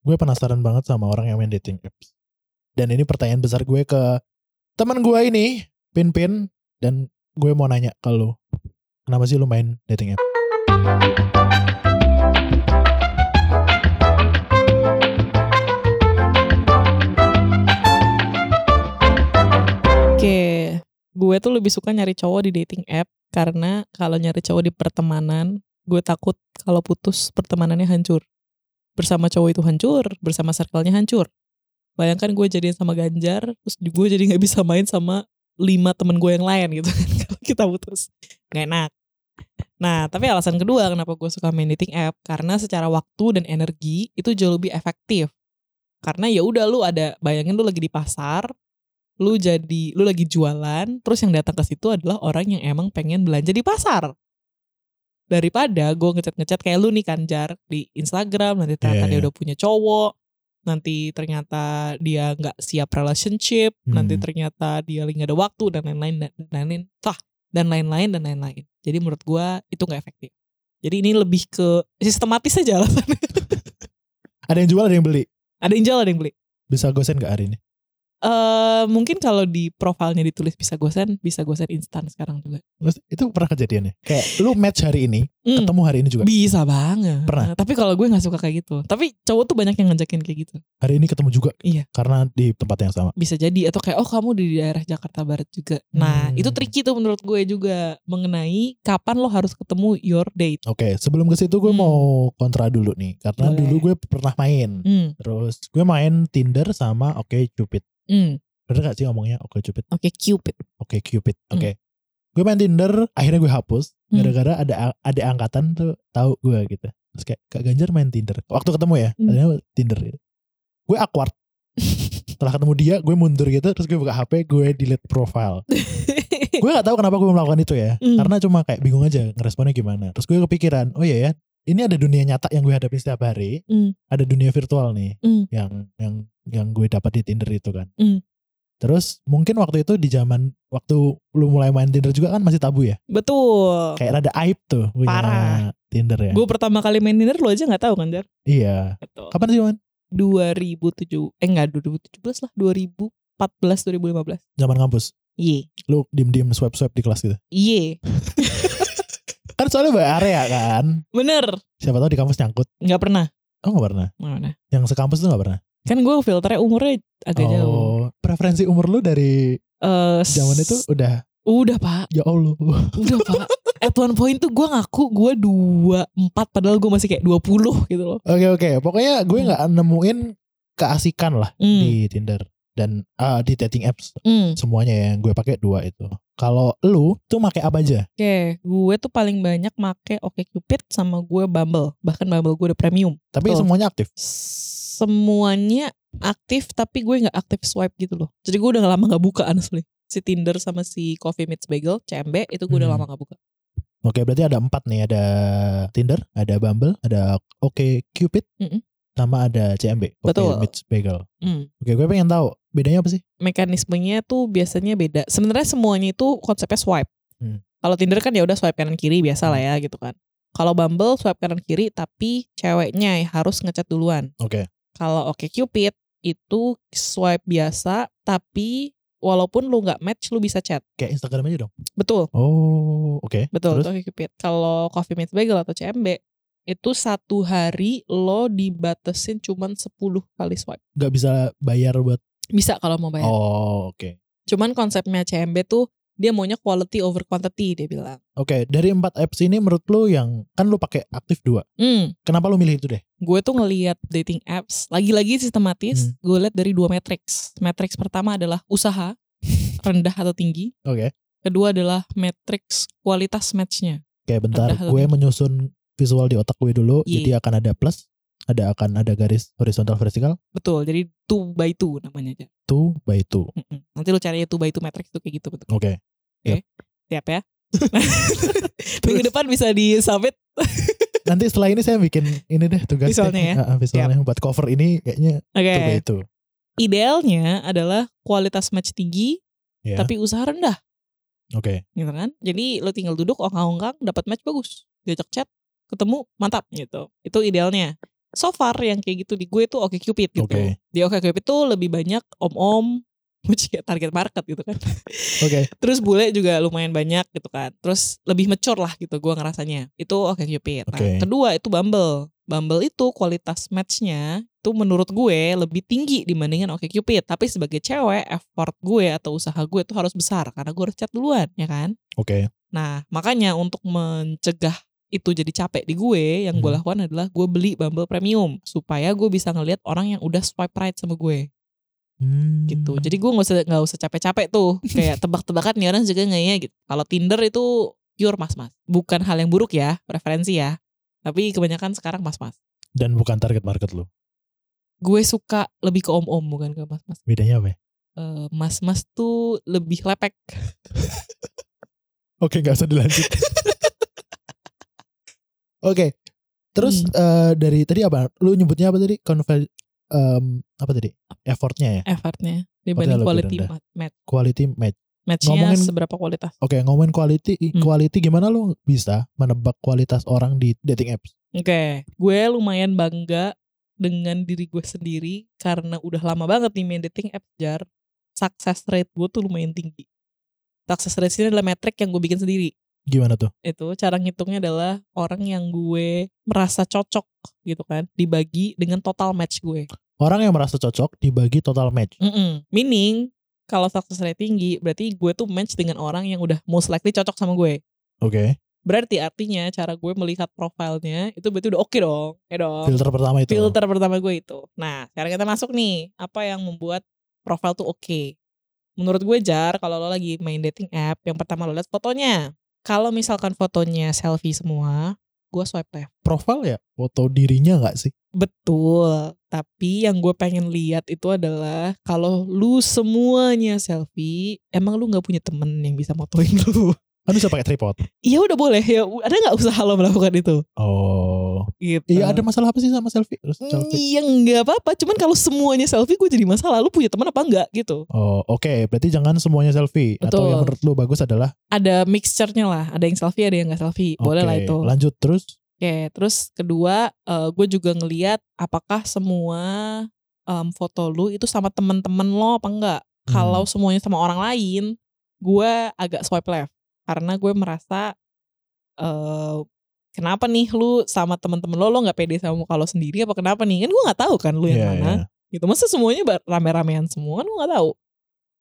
gue penasaran banget sama orang yang main dating apps. Dan ini pertanyaan besar gue ke teman gue ini, Pin Pin, dan gue mau nanya ke lu, kenapa sih lu main dating app? Oke, gue tuh lebih suka nyari cowok di dating app karena kalau nyari cowok di pertemanan, gue takut kalau putus pertemanannya hancur. Bersama cowok itu hancur, bersama circle-nya hancur. Bayangkan gue jadian sama Ganjar, terus gue jadi nggak bisa main sama lima temen gue yang lain gitu kan kalau kita putus. Nggak enak. Nah, tapi alasan kedua kenapa gue suka main dating app karena secara waktu dan energi itu jauh lebih efektif. Karena ya udah lu ada bayangin lu lagi di pasar, lu jadi lu lagi jualan terus yang datang ke situ adalah orang yang emang pengen belanja di pasar daripada gue ngecat ngecat kayak lu nih kanjar di Instagram nanti ternyata Iya, dia iya. udah punya cowok nanti ternyata dia nggak siap relationship nanti Hmm. ternyata dia lagi nggak ada waktu dan lain-lain dan lain-lain tah dan lain-lain dan lain-lain jadi menurut gue itu nggak efektif jadi ini lebih ke sistematis aja alasannya Ada yang jual, ada yang beli. ada yang jual ada yang beli Bisa gue send gak hari ini? eh mungkin kalau di profilnya ditulis bisa gosen, bisa gosen instan sekarang juga. Terus Itu pernah kejadiannya? Kayak lu match hari ini, Hmm, ketemu hari ini juga. bisa banget. Pernah? Tapi kalau gue nggak suka kayak gitu. Tapi cowok tuh banyak yang ngajakin kayak gitu. Hari ini ketemu juga. Iya. Karena di tempat yang sama. Bisa jadi atau kayak oh kamu di daerah Jakarta Barat juga. Nah Hmm. itu tricky tuh menurut gue juga mengenai kapan lo harus ketemu your date. Oke, sebelum ke situ gue Hmm. mau kontra dulu nih. Karena Boleh. dulu gue pernah main. Hmm, Terus gue main Tinder sama Oke Cupid. hmm. Bener gak sih ngomongnya Oke Cupid? Oke Cupid. Oke Cupid. Oke. Gue main Tinder, akhirnya gue hapus Hmm. gara-gara ada ada angkatan tuh tahu gue gitu. Terus kayak Kak Ganjar main Tinder. Waktu ketemu ya, Hmm. adanya Tinder gitu. Gue awkward. Setelah ketemu dia, gue mundur gitu, terus gue buka HP, gue delete profile. gue gak tahu kenapa gue melakukan itu ya. Hmm. Karena cuma kayak bingung aja ngeresponnya gimana. Terus gue kepikiran, oh iya ya, ini ada dunia nyata yang gue hadapi setiap hari, Hmm. ada dunia virtual nih Hmm. yang yang yang gue dapat di Tinder itu kan. Hmm. Terus mungkin waktu itu di zaman waktu lu mulai main Tinder juga kan masih tabu ya. Betul. Kayak rada aib tuh punya Oh. Parah. Tinder ya. Gue pertama kali main dinner lo aja nggak tahu kan Jar? Iya. Betul. Kapan sih man? 2007 eh enggak 2017 lah 2014 2015 Zaman kampus. Ye. Lu diem-diem swipe-swipe di kelas gitu. Ye. Kan soalnya banyak area kan. Bener. Siapa tahu di kampus nyangkut. Nggak pernah. Oh gak pernah. Nggak pernah. Yang sekampus tuh gak pernah. Kan gue filternya umurnya agak oh. jauh. Preferensi umur lu dari Eh, s- zaman itu udah. Udah pak. Ya Allah. Udah pak. At one point tuh gue ngaku gue 24 padahal gue masih kayak 20 gitu loh. Oke oke. Pokoknya gue Hmm. gak nemuin keasikan lah Hmm. di Tinder. Dan ah, di dating apps Hmm. semuanya ya, yang gue pakai dua itu. Kalau lu tuh pakai apa aja? Oke, gue tuh paling banyak make OkCupid sama gue Bumble. Bahkan Bumble gue udah premium. Tapi Betul. semuanya aktif. Semuanya aktif tapi gue nggak aktif swipe gitu loh. Jadi gue udah lama nggak buka honestly. Si Tinder sama si Coffee Meets Bagel, CMB itu gue udah Hmm. lama nggak buka. Oke, berarti ada empat nih. Ada Tinder, ada Bumble, ada Oke Cupid, Mm-mm. sama ada CMB. Oke, Betul. Mitch Bagel. Hmm. Oke, gue pengen tahu bedanya apa sih? mekanismenya tuh biasanya beda. Sebenarnya semuanya itu konsepnya swipe. Hmm. Kalau Tinder kan ya udah swipe kanan kiri biasa lah ya gitu kan. Kalau Bumble swipe kanan kiri tapi ceweknya yang harus ngechat duluan. Oke. Kalau Oke Cupid itu swipe biasa tapi walaupun lu nggak match lu bisa chat. Kayak Instagram aja dong. Betul, Oh, oke. betul Terus? itu Oke Cupid. Kalau Coffee Meets Bagel atau CMB itu satu hari lo dibatesin cuman 10 kali swipe. Gak bisa bayar buat. Bisa kalau mau bayar. Oh, oke. Cuman konsepnya CMB tuh dia maunya quality over quantity dia bilang. Oke, dari empat apps ini menurut lu yang kan lu pakai aktif dua. Hmm, Kenapa lu milih itu deh? gue tuh ngelihat dating apps lagi-lagi sistematis. Gue lihat dari dua matrix. Matrix pertama adalah usaha rendah atau tinggi. Oke. Kedua adalah matrix kualitas matchnya. Kayak bentar, Rendah atau gue tinggi? menyusun visual di otak gue dulu. Iya. Jadi akan ada plus, ada akan ada garis horizontal vertikal. Betul. Jadi two by two namanya aja. Two by two. Mm-mm. Nanti lu cari two by two matrix tuh kayak gitu betul. Oke. Siap ya? Minggu depan bisa di submit. Nanti setelah ini saya bikin ini deh tugasnya. Visualnya ya? Ah, ah, visualnya buat cover ini kayaknya Oke. tuh kayak itu. Idealnya adalah kualitas match tinggi Ya. tapi usaha rendah. Oke. gitu kan jadi lo tinggal duduk ongkang-ongkang dapat match bagus diajak chat ketemu mantap gitu itu idealnya so far yang kayak gitu di gue tuh Oke Cupid gitu. Oke. Di Oke Cupid tuh lebih banyak om-om which ya target market gitu kan. Oke. Terus bule juga lumayan banyak gitu kan. Terus lebih mature lah gitu gue ngerasanya. Itu Oke Cupid. Nah, Oke. kedua itu Bumble. Bumble itu kualitas matchnya itu menurut gue lebih tinggi dibandingin Oke Cupid. Tapi sebagai cewek effort gue atau usaha gue tuh harus besar karena gue harus chat duluan ya kan. Oke. Nah, makanya untuk mencegah itu jadi capek di gue, yang gue Hmm. lakukan adalah gue beli Bumble Premium supaya gue bisa ngelihat orang yang udah swipe right sama gue Hmm. gitu. Jadi gue nggak usah nggak usah capek-capek tuh kayak tebak-tebakan nih orang juga nggak ya gitu. Kalau Tinder itu pure mas-mas, bukan hal yang buruk ya, preferensi ya. Tapi kebanyakan sekarang mas-mas. dan bukan target market lu. Gue suka lebih ke om-om bukan ke mas-mas. Bedanya apa? ya? Eh, mas-mas tuh lebih lepek. Oke, nggak usah dilanjut. Oke. Terus Hmm. eh, dari tadi apa? Lu nyebutnya apa tadi? Conver em, apa tadi? Effortnya ya. Effortnya dibanding lebih quality rendah. ma- match. Quality match. Matchnya Ngomongin- seberapa kualitas? Oke, ngomongin quality, Hmm. quality gimana lu bisa menebak kualitas orang di dating apps? Oke, gue lumayan bangga dengan diri gue sendiri karena udah lama banget nih main dating app jar. Success rate gue tuh lumayan tinggi. Success rate ini adalah metrik yang gue bikin sendiri. Gimana tuh? Itu cara ngitungnya adalah orang yang gue merasa cocok gitu kan dibagi dengan total match gue. Orang yang merasa cocok dibagi total match. Mm-mm. Meaning kalau success rate tinggi berarti gue tuh match dengan orang yang udah most likely cocok sama gue. Oke. Berarti artinya cara gue melihat profilnya itu berarti udah oke dong. Ya dong. Filter pertama itu. filter pertama gue itu. Nah, sekarang kita masuk nih, apa yang membuat profil tuh oke? Menurut gue jar, kalau lo lagi main dating app, yang pertama lo lihat fotonya. Kalau misalkan fotonya selfie semua, gue swipe left. Profil ya, foto dirinya nggak sih? Betul, tapi yang gue pengen lihat itu adalah kalau lu semuanya selfie, emang lu nggak punya temen yang bisa motoin lu? Kan bisa pakai tripod. Iya udah boleh ya, ada nggak usaha lo melakukan itu? Oh. Gitu. Iya, ada masalah apa sih sama selfie? Selfie. Iya nggak apa-apa, cuman kalau semuanya selfie gue jadi masalah. Lu punya teman apa enggak gitu? Oh, oke. Berarti jangan semuanya selfie. Atau Betul. yang menurut lu bagus adalah Ada mixture-nya lah, ada yang selfie, ada yang nggak selfie. Boleh lah oke, itu. Oke, Lanjut terus. terus kedua, eh, gue juga ngeliat apakah semua em, foto lu itu sama teman-teman lo apa enggak? Hmm. Kalau semuanya sama orang lain, gue agak swipe left karena gue merasa eh kenapa nih lu sama teman-teman lo lo nggak pede sama muka lo sendiri apa kenapa nih? Kan gue nggak tahu kan lu yang Iya, mana. iya. gitu masa semuanya ba- rame-ramean semua kan gue nggak tahu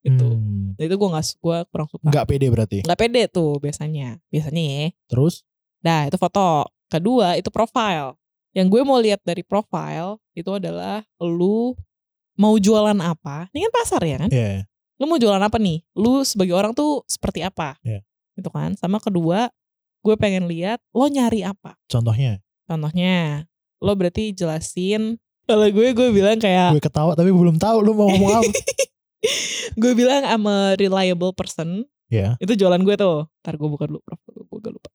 gitu Hmm. Nah, itu gue nggak su- gua kurang suka Nggak pede berarti. nggak pede tuh biasanya biasanya ya Terus nah itu foto kedua itu profile yang gue mau lihat dari profile itu adalah lu mau jualan apa ini kan pasar ya kan ya lu mau jualan apa nih lu sebagai orang tuh seperti apa Iya. gitu kan sama kedua gue pengen lihat lo nyari apa contohnya contohnya lo berarti jelasin kalau gue gue bilang kayak gue ketawa tapi belum tahu lu mau ngomong apa. gue bilang I'm a reliable person. ya, Itu jualan gue tuh. Ntar gue buka dulu, Prof. Gue gue agak lupa.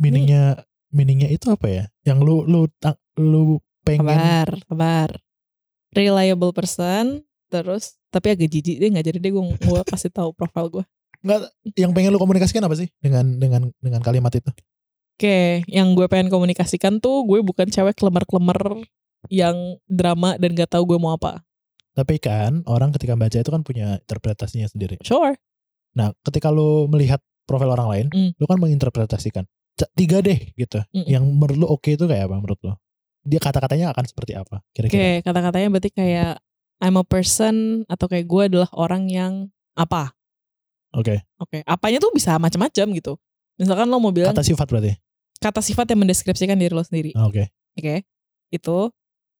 meaningnya meaningnya itu apa ya? Yang lu lu ta- lu pengen Kabar, kabar. Reliable person, terus tapi agak jijik deh nggak jadi deh gue gue kasih tahu profil gue. nggak yang pengen lu komunikasikan apa sih dengan dengan dengan kalimat itu? Oke, yang gue pengen komunikasikan tuh gue bukan cewek klemer-klemer yang drama dan gak tahu gue mau apa. Tapi kan orang ketika baca itu kan punya interpretasinya sendiri. Sure. Nah, ketika lu melihat profil orang lain, Mm. lu kan menginterpretasikan. C- Tiga deh gitu. Mm-mm. Yang menurut lu oke itu kayak apa menurut lu? Dia kata-katanya akan seperti apa? Oke, Kira-kira. kata-katanya berarti kayak I'm a person atau kayak gue adalah orang yang apa? Oke. Oke, apanya tuh bisa macam-macam gitu. Misalkan lo mau bilang Kata sifat berarti. kata sifat yang mendeskripsikan diri lo sendiri. Ah, Oke. Oke. Itu.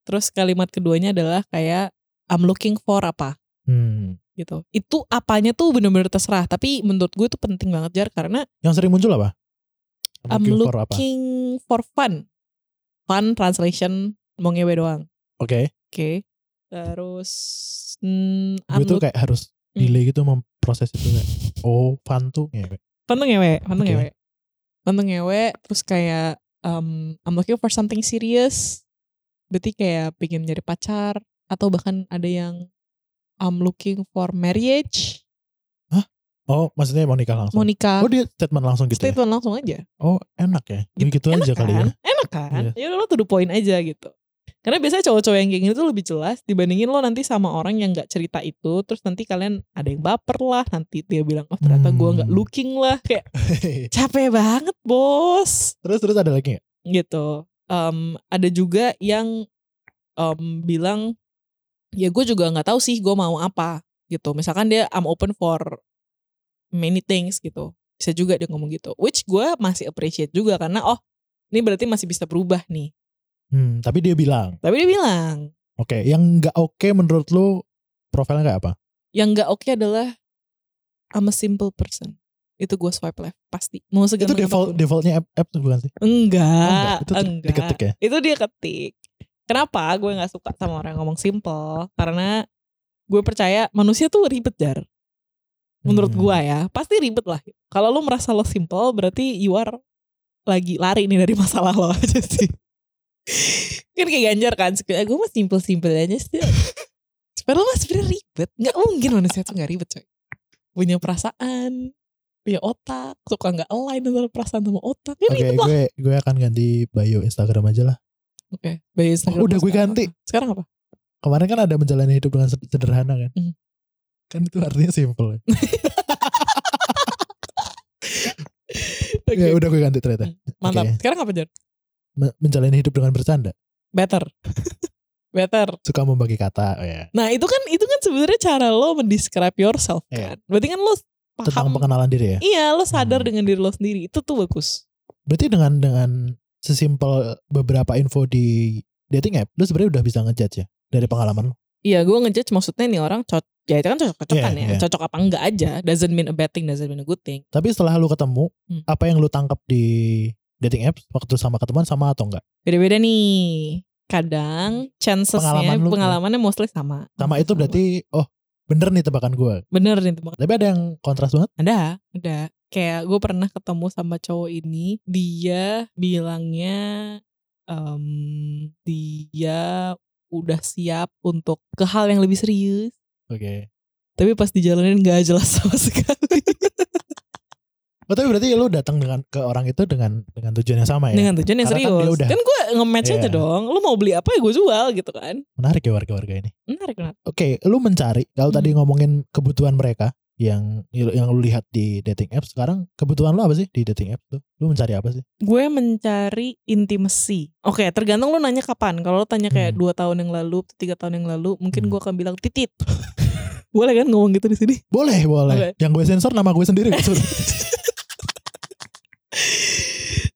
Terus kalimat keduanya adalah kayak I'm looking for apa Hmm. gitu. Itu apanya tuh bener-bener terserah, tapi menurut gue itu penting banget Jar karena Yang sering muncul apa? I'm Looking for apa? Oke. looking for fun. Fun translation mau ngewe doang. Oke. Terus hmm, I'm Gue tuh look- kayak harus delay gitu memproses itu kayak. Oh, fun tuh ngewe. fun tuh ngewe, fun tuh Oke. ngewe. Fun tuh ngewe terus kayak um, I'm looking for something serious. Berarti kayak pengen nyari pacar atau bahkan ada yang I'm looking for marriage, Oh, maksudnya mau nikah langsung. mau nikah. Oh, dia statement langsung gitu. ya? Statement langsung aja. Oh, enak ya. Gue gitu aja Enak kali ya. kan? Enak kan? Ya udah lo to the point aja gitu. Karena biasanya cowok-cowok yang kayak gini tuh lebih jelas dibandingin lo nanti sama orang yang nggak cerita itu, terus nanti kalian ada yang baper lah, nanti dia bilang oh ternyata gua nggak Hmm. looking lah, kayak capek banget bos, terus terus ada lagi nggak? gitu. Em, ada juga yang em, bilang ya gue juga nggak tahu sih gue mau apa gitu. Misalkan dia I'm open for many things gitu, bisa juga dia ngomong gitu. Which gue masih appreciate juga karena oh ini berarti masih bisa berubah nih. Hmm, tapi dia bilang, Tapi dia bilang oke, yang nggak oke menurut lu profilnya kayak apa? yang nggak oke adalah I'm a simple person itu gue swipe left pasti mau Itu seganteng default apapun. defaultnya app, app tuh bukan sih? Oh, enggak Itu di- Ah, enggak. diketik ya. itu dia ketik kenapa gue nggak suka sama orang yang ngomong simple karena gue percaya manusia tuh ribet jar menurut Hmm. gue ya pasti ribet lah kalau lo merasa lo simple berarti you are lagi lari nih dari masalah lo aja sih kan kayak ganjar kan suka, gue mah simple simple aja sih padahal mah sebenernya ribet nggak mungkin manusia tuh nggak ribet coy punya perasaan punya otak suka nggak align antara perasaan sama otak Oke, kan ribet lah gue gue akan ganti bio Instagram aja lah. oke by Instagram udah gue sekarang ganti. apa? sekarang apa Kemarin kan ada menjalani hidup dengan sed- sederhana kan? Hmm. Kan itu artinya simple. Ya, Oke, Ya, udah gue ganti ternyata. mantap oke. sekarang apa jar Me- Menjalani hidup dengan bercanda, better better suka membagi kata. Oh, ya. nah itu kan itu kan sebenarnya cara lo mendescribe yourself Iya. kan berarti kan lo Tentang paham pengenalan diri ya. Iya, lo sadar Hmm. dengan diri lo sendiri. Itu tuh bagus. Berarti dengan dengan sesimpel beberapa info di dating app, lu sebenarnya udah bisa ngejudge ya dari pengalaman. lu. Iya, gue ngejudge maksudnya nih orang cocok. Ya itu kan cocok-cocokan Iya, ya. iya. Cocok apa enggak aja. Doesn't mean a bad thing, doesn't mean a good thing. Tapi setelah lu ketemu, Hmm. apa yang lu tangkap di dating apps waktu sama ketemuan sama atau enggak? Beda-beda nih. Kadang chancesnya, Pengalaman lu- pengalamannya mostly sama. Sama itu berarti oh bener nih tebakan gue. Bener nih teman. Tapi ada yang kontras banget. Ada, ada. Kayak gue pernah ketemu sama cowok ini, dia bilangnya em, dia udah siap untuk ke hal yang lebih serius. Oke. Tapi pas dijalanin gak jelas sama sekali. Iya, Oh tapi berarti lu datang dengan ke orang itu dengan dengan tujuan yang sama ya? dengan tujuan yang Karena kan serius. dia udah- Kan, gue nge-match Iya. aja dong. Lu mau beli apa ya gue jual gitu kan. Menarik ya warga-warga ini. Menarik banget. Oke, lu mencari kalau tadi Hmm. ngomongin kebutuhan mereka yang yang lu lihat di dating apps sekarang kebutuhan lu apa sih di dating apps tuh? Lu mencari apa sih? Gue mencari intimacy. Oke, tergantung lu nanya kapan. Kalau lu tanya kayak Hmm. dua tahun yang lalu, tiga tahun yang lalu, mungkin Hmm. gue akan bilang titit. Boleh kan ngomong gitu di sini? Boleh, boleh. Oke. Yang gue sensor nama gue sendiri. maksudnya.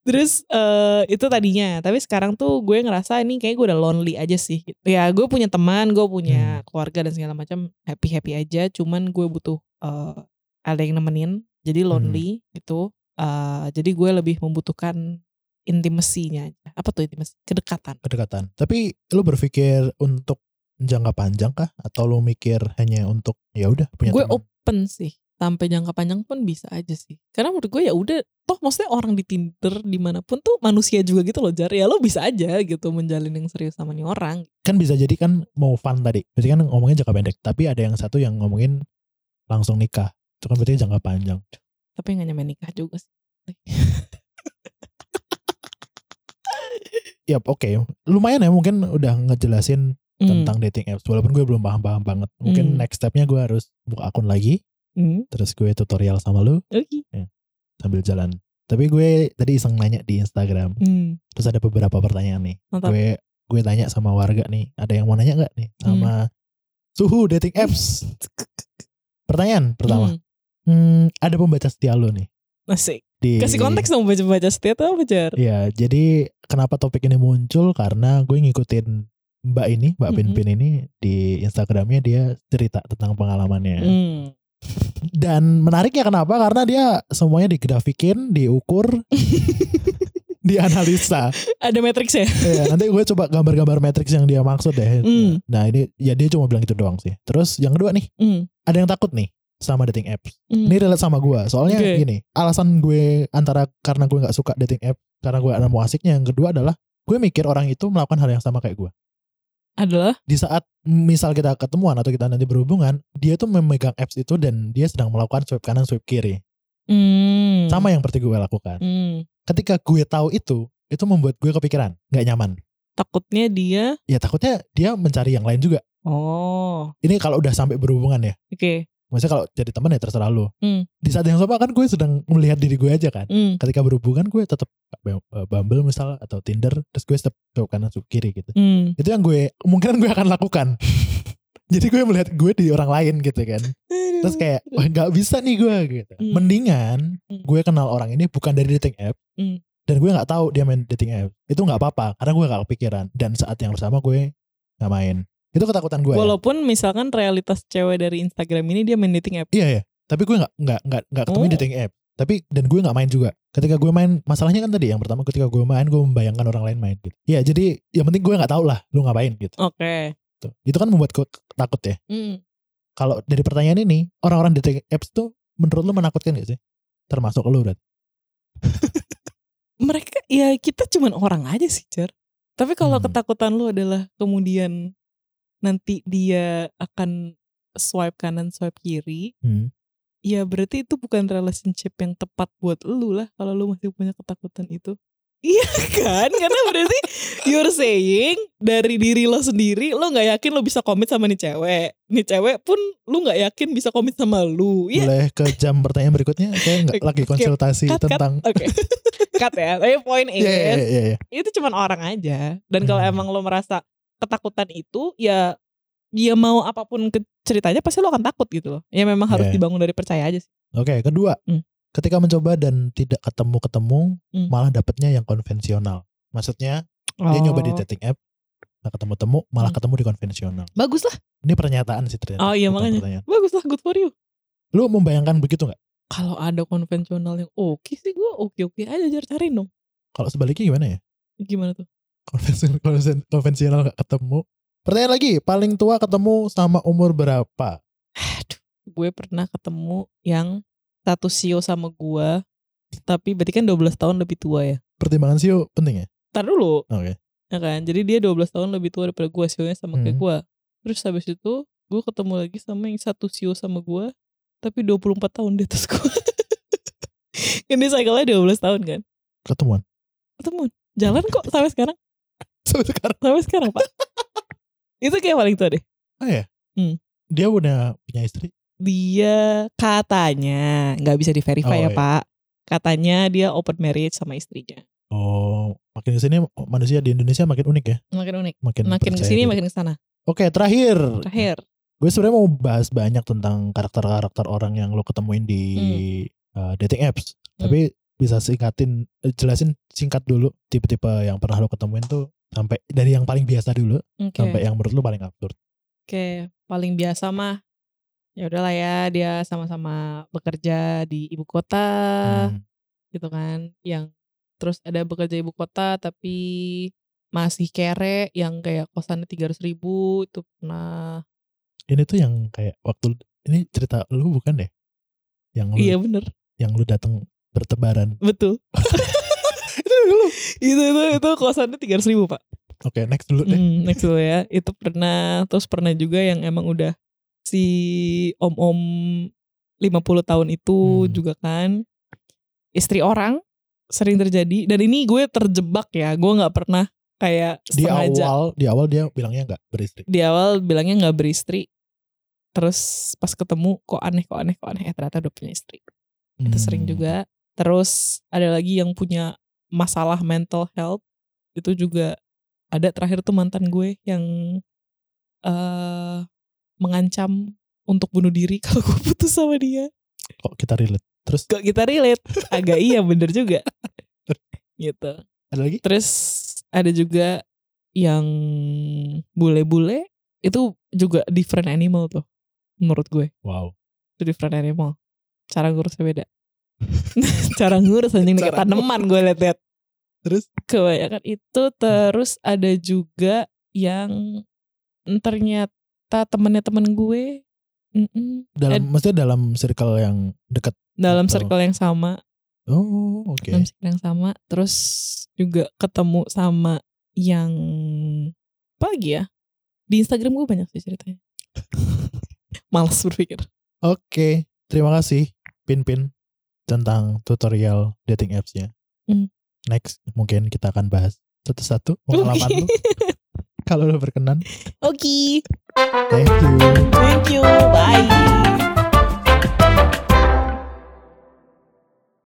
Terus eh, itu tadinya, tapi sekarang tuh gue ngerasa ini kayak gue udah lonely aja sih. gitu. Ya gue punya teman, gue punya keluarga dan segala macam happy happy aja. Cuman gue butuh eh, ada yang nemenin, jadi lonely gitu. Eh, jadi gue lebih membutuhkan intimasinya. Apa tuh intimasi? Kedekatan. Kedekatan. Tapi lu berpikir untuk jangka panjang kah atau lu mikir hanya untuk ya udah punya Gue teman? open sih, sampai jangka panjang pun bisa aja sih. Karena menurut gue ya udah, toh maksudnya orang di Tinder dimanapun tuh manusia juga gitu loh jar. Ya lo bisa aja gitu menjalin yang serius sama nih orang. kan bisa jadi kan mau fun tadi. Berarti kan ngomongin jangka pendek, tapi ada yang satu yang ngomongin langsung nikah. Itu kan berarti jangka panjang. tapi nggak nyampe nikah juga sih. Ya oke, lumayan ya mungkin udah ngejelasin tentang dating apps walaupun gue belum paham-paham banget mungkin Hmm. next stepnya gue harus buka akun lagi Hmm. terus gue tutorial sama lu Oke. sambil jalan tapi gue tadi iseng nanya di Instagram Hmm. terus ada beberapa pertanyaan nih Mantap. gue gue tanya sama warga nih ada yang mau nanya nggak nih Hmm. sama suhu dating apps pertanyaan pertama Hmm. hmm, ada pembaca setia lu nih Asik. di Kasih konteks dong baca-baca setia tuh apa jar? ya jadi kenapa topik ini muncul karena gue ngikutin Mbak ini, Mbak Mhm. Pinpin ini di Instagramnya dia cerita tentang pengalamannya. Hmm. Dan menariknya kenapa? Karena dia semuanya digrafikin, diukur, dianalisa. Ada matrix ya? Ya, nanti gue coba gambar-gambar matriks yang dia maksud deh. Hmm. Nah ini ya dia cuma bilang gitu doang sih. Terus yang kedua nih, Hmm. ada yang takut nih sama dating apps. Hmm. Ini relate sama gue. Soalnya Oke. gini, alasan gue antara karena gue nggak suka dating app, karena gue nggak nemu asiknya. Yang kedua adalah gue mikir orang itu melakukan hal yang sama kayak gue. Adalah Di saat misal kita ketemuan atau kita nanti berhubungan, dia tuh memegang apps itu dan dia sedang melakukan swipe kanan, swipe kiri. hmm. sama yang seperti gue lakukan. Hmm. Ketika gue tahu itu, itu membuat gue kepikiran, nggak nyaman. takutnya dia ya takutnya dia mencari yang lain juga oh ini kalau udah sampai berhubungan ya oke maksudnya kalau jadi teman ya terserah lu Hmm. di saat yang sama kan gue sedang melihat diri gue aja kan Hmm, ketika berhubungan gue tetap Bumble misal atau Tinder terus gue step ke kanan ke kiri gitu hmm. itu yang gue kemungkinan gue akan lakukan jadi gue melihat gue di orang lain gitu kan terus kayak wah nggak bisa nih gue gitu Hmm. mendingan Hmm. gue kenal orang ini bukan dari dating app Hmm. dan gue nggak tahu dia main dating app itu nggak apa-apa karena gue nggak kepikiran dan saat yang bersama gue nggak main itu ketakutan gue ya. Walaupun misalkan realitas cewek dari Instagram ini dia main dating app. Iya ya. Tapi gue nggak nggak nggak nggak ketemu Oh. dating app. Tapi dan gue nggak main juga. Ketika gue main, masalahnya kan tadi yang pertama ketika gue main gue membayangkan orang lain main. Gitu. Ya jadi yang penting gue nggak tahu lah lu ngapain gitu. Oke. Tuh. Itu kan membuat gue takut ya. Hmm. Kalau dari pertanyaan ini orang-orang dating apps tuh menurut lu menakutkan gak sih? Termasuk lu Rat. Mereka ya kita cuman orang aja sih, Cer. Tapi kalau Hmm. ketakutan lu adalah kemudian nanti dia akan swipe kanan swipe kiri, Hmm. ya berarti itu bukan relationship yang tepat buat lu lah kalau lu masih punya ketakutan itu. Iya kan? Karena berarti you're saying dari diri lo sendiri lo nggak yakin lo bisa komit sama nih cewek. Nih cewek pun lu nggak yakin bisa komit sama lu. Iya Boleh ke jam pertanyaan berikutnya? Saya nggak lagi Oke. konsultasi Cut, cut. tentang. Oke. Cut ya. Tapi poin Iya is, iya iya, iya. iya. itu cuman orang aja. Dan kalau Hmm. emang lo merasa ketakutan itu, ya dia mau apapun ke ceritanya pasti lo akan takut gitu loh. Ya memang harus Yeah. dibangun dari percaya aja sih. Oke kedua. Hmm. Ketika mencoba dan tidak ketemu-ketemu, Hmm. malah dapetnya yang konvensional. Maksudnya Dia nyoba di dating app, gak ketemu-temu, malah Oh. Hmm. ketemu di konvensional. Bagus lah, Ini pernyataan sih ternyata. Oh, iya, bukan makanya. pertanyaan. bagus lah, good for you. Lu membayangkan begitu nggak? Kalau ada konvensional yang oke sih gue oke-oke aja jar cariin dong. Kalau sebaliknya gimana ya? Gimana tuh? Konvensional, konvensional, konvensional gak ketemu. Pertanyaan lagi, paling tua ketemu sama umur berapa? Aduh, gue pernah ketemu yang satu sio sama gue, tapi berarti kan 12 tahun lebih tua ya. Pertimbangan sio penting ya? Ntar dulu, Oke. ya kan jadi dia 12 tahun lebih tua daripada gue sionya sama kayak Hmm. gue terus habis itu gue ketemu lagi sama yang satu sio sama gue tapi 24 tahun di atas gue kan dia cycle-nya 12 tahun kan Ketemuan. ketemu jalan kok sampai sekarang Sampai sekarang. sampai sekarang pak itu kayak paling tua deh Oh ya? Hmm. Dia udah punya istri? dia katanya nggak bisa Oh, diverify iya. ya pak katanya dia open marriage sama istrinya Oh, makin kesini manusia di Indonesia makin unik ya? makin unik Makin, makin percaya kesini diri. makin kesana Oke, terakhir. terakhir Gue sebenarnya mau bahas banyak tentang karakter-karakter orang yang lo ketemuin di uh, dating apps. Hmm. Tapi bisa singkatin, eh, jelasin singkat dulu tipe-tipe yang pernah lo ketemuin tuh sampai dari yang paling biasa dulu oke sampai yang menurut lo paling absurd. Oke, paling biasa mah ya udahlah ya dia sama-sama bekerja di ibu kota Hmm. gitu kan. Yang terus ada bekerja ibu kota tapi masih kere yang kayak kosannya 300 ribu itu pernah. Ini tuh yang kayak waktu ini cerita lo bukan deh? Yang lo Iya bener, yang lo datang bertebaran. betul. itu dulu. Itu itu itu kosannya 300 ribu pak. Oke, next dulu deh. Hmm, next dulu ya. Itu pernah terus pernah juga yang emang udah si om-om 50 tahun itu Hmm. juga kan istri orang sering terjadi dan ini gue terjebak ya. Gue nggak pernah kayak Di sengaja awal di awal dia bilangnya nggak beristri. di awal bilangnya nggak beristri. Terus pas ketemu kok aneh kok aneh kok aneh eh ternyata udah punya istri. Hmm. Itu sering juga. Terus ada lagi yang punya masalah mental health itu juga ada terakhir tuh mantan gue yang eh mengancam untuk bunuh diri kalau gue putus sama dia. Kok kita relate. Terus Kok kita relate? Agak iya bener juga. gitu. ada lagi? Terus ada juga yang bule-bule itu juga different animal tuh menurut gue Wow. itu different animal cara ngurusnya beda cara ngurus anjing nih, Cara kayak tanaman gue liat-liat Terus kebanyakan itu terus ada juga yang mm, ternyata temennya temen gue mm-mm, dalam Eh. maksudnya dalam circle yang dekat. dalam Betul. circle yang sama Oh, oke. dalam circle yang sama terus juga ketemu sama yang apa lagi ya di Instagram gue banyak sih ceritanya males berpikir Oke, terima kasih Pin-Pin tentang tutorial dating apps-nya. Hmm. Next mungkin kita akan bahas satu-satu pengalaman lu. Kalau lu berkenan. Oke. Thank you.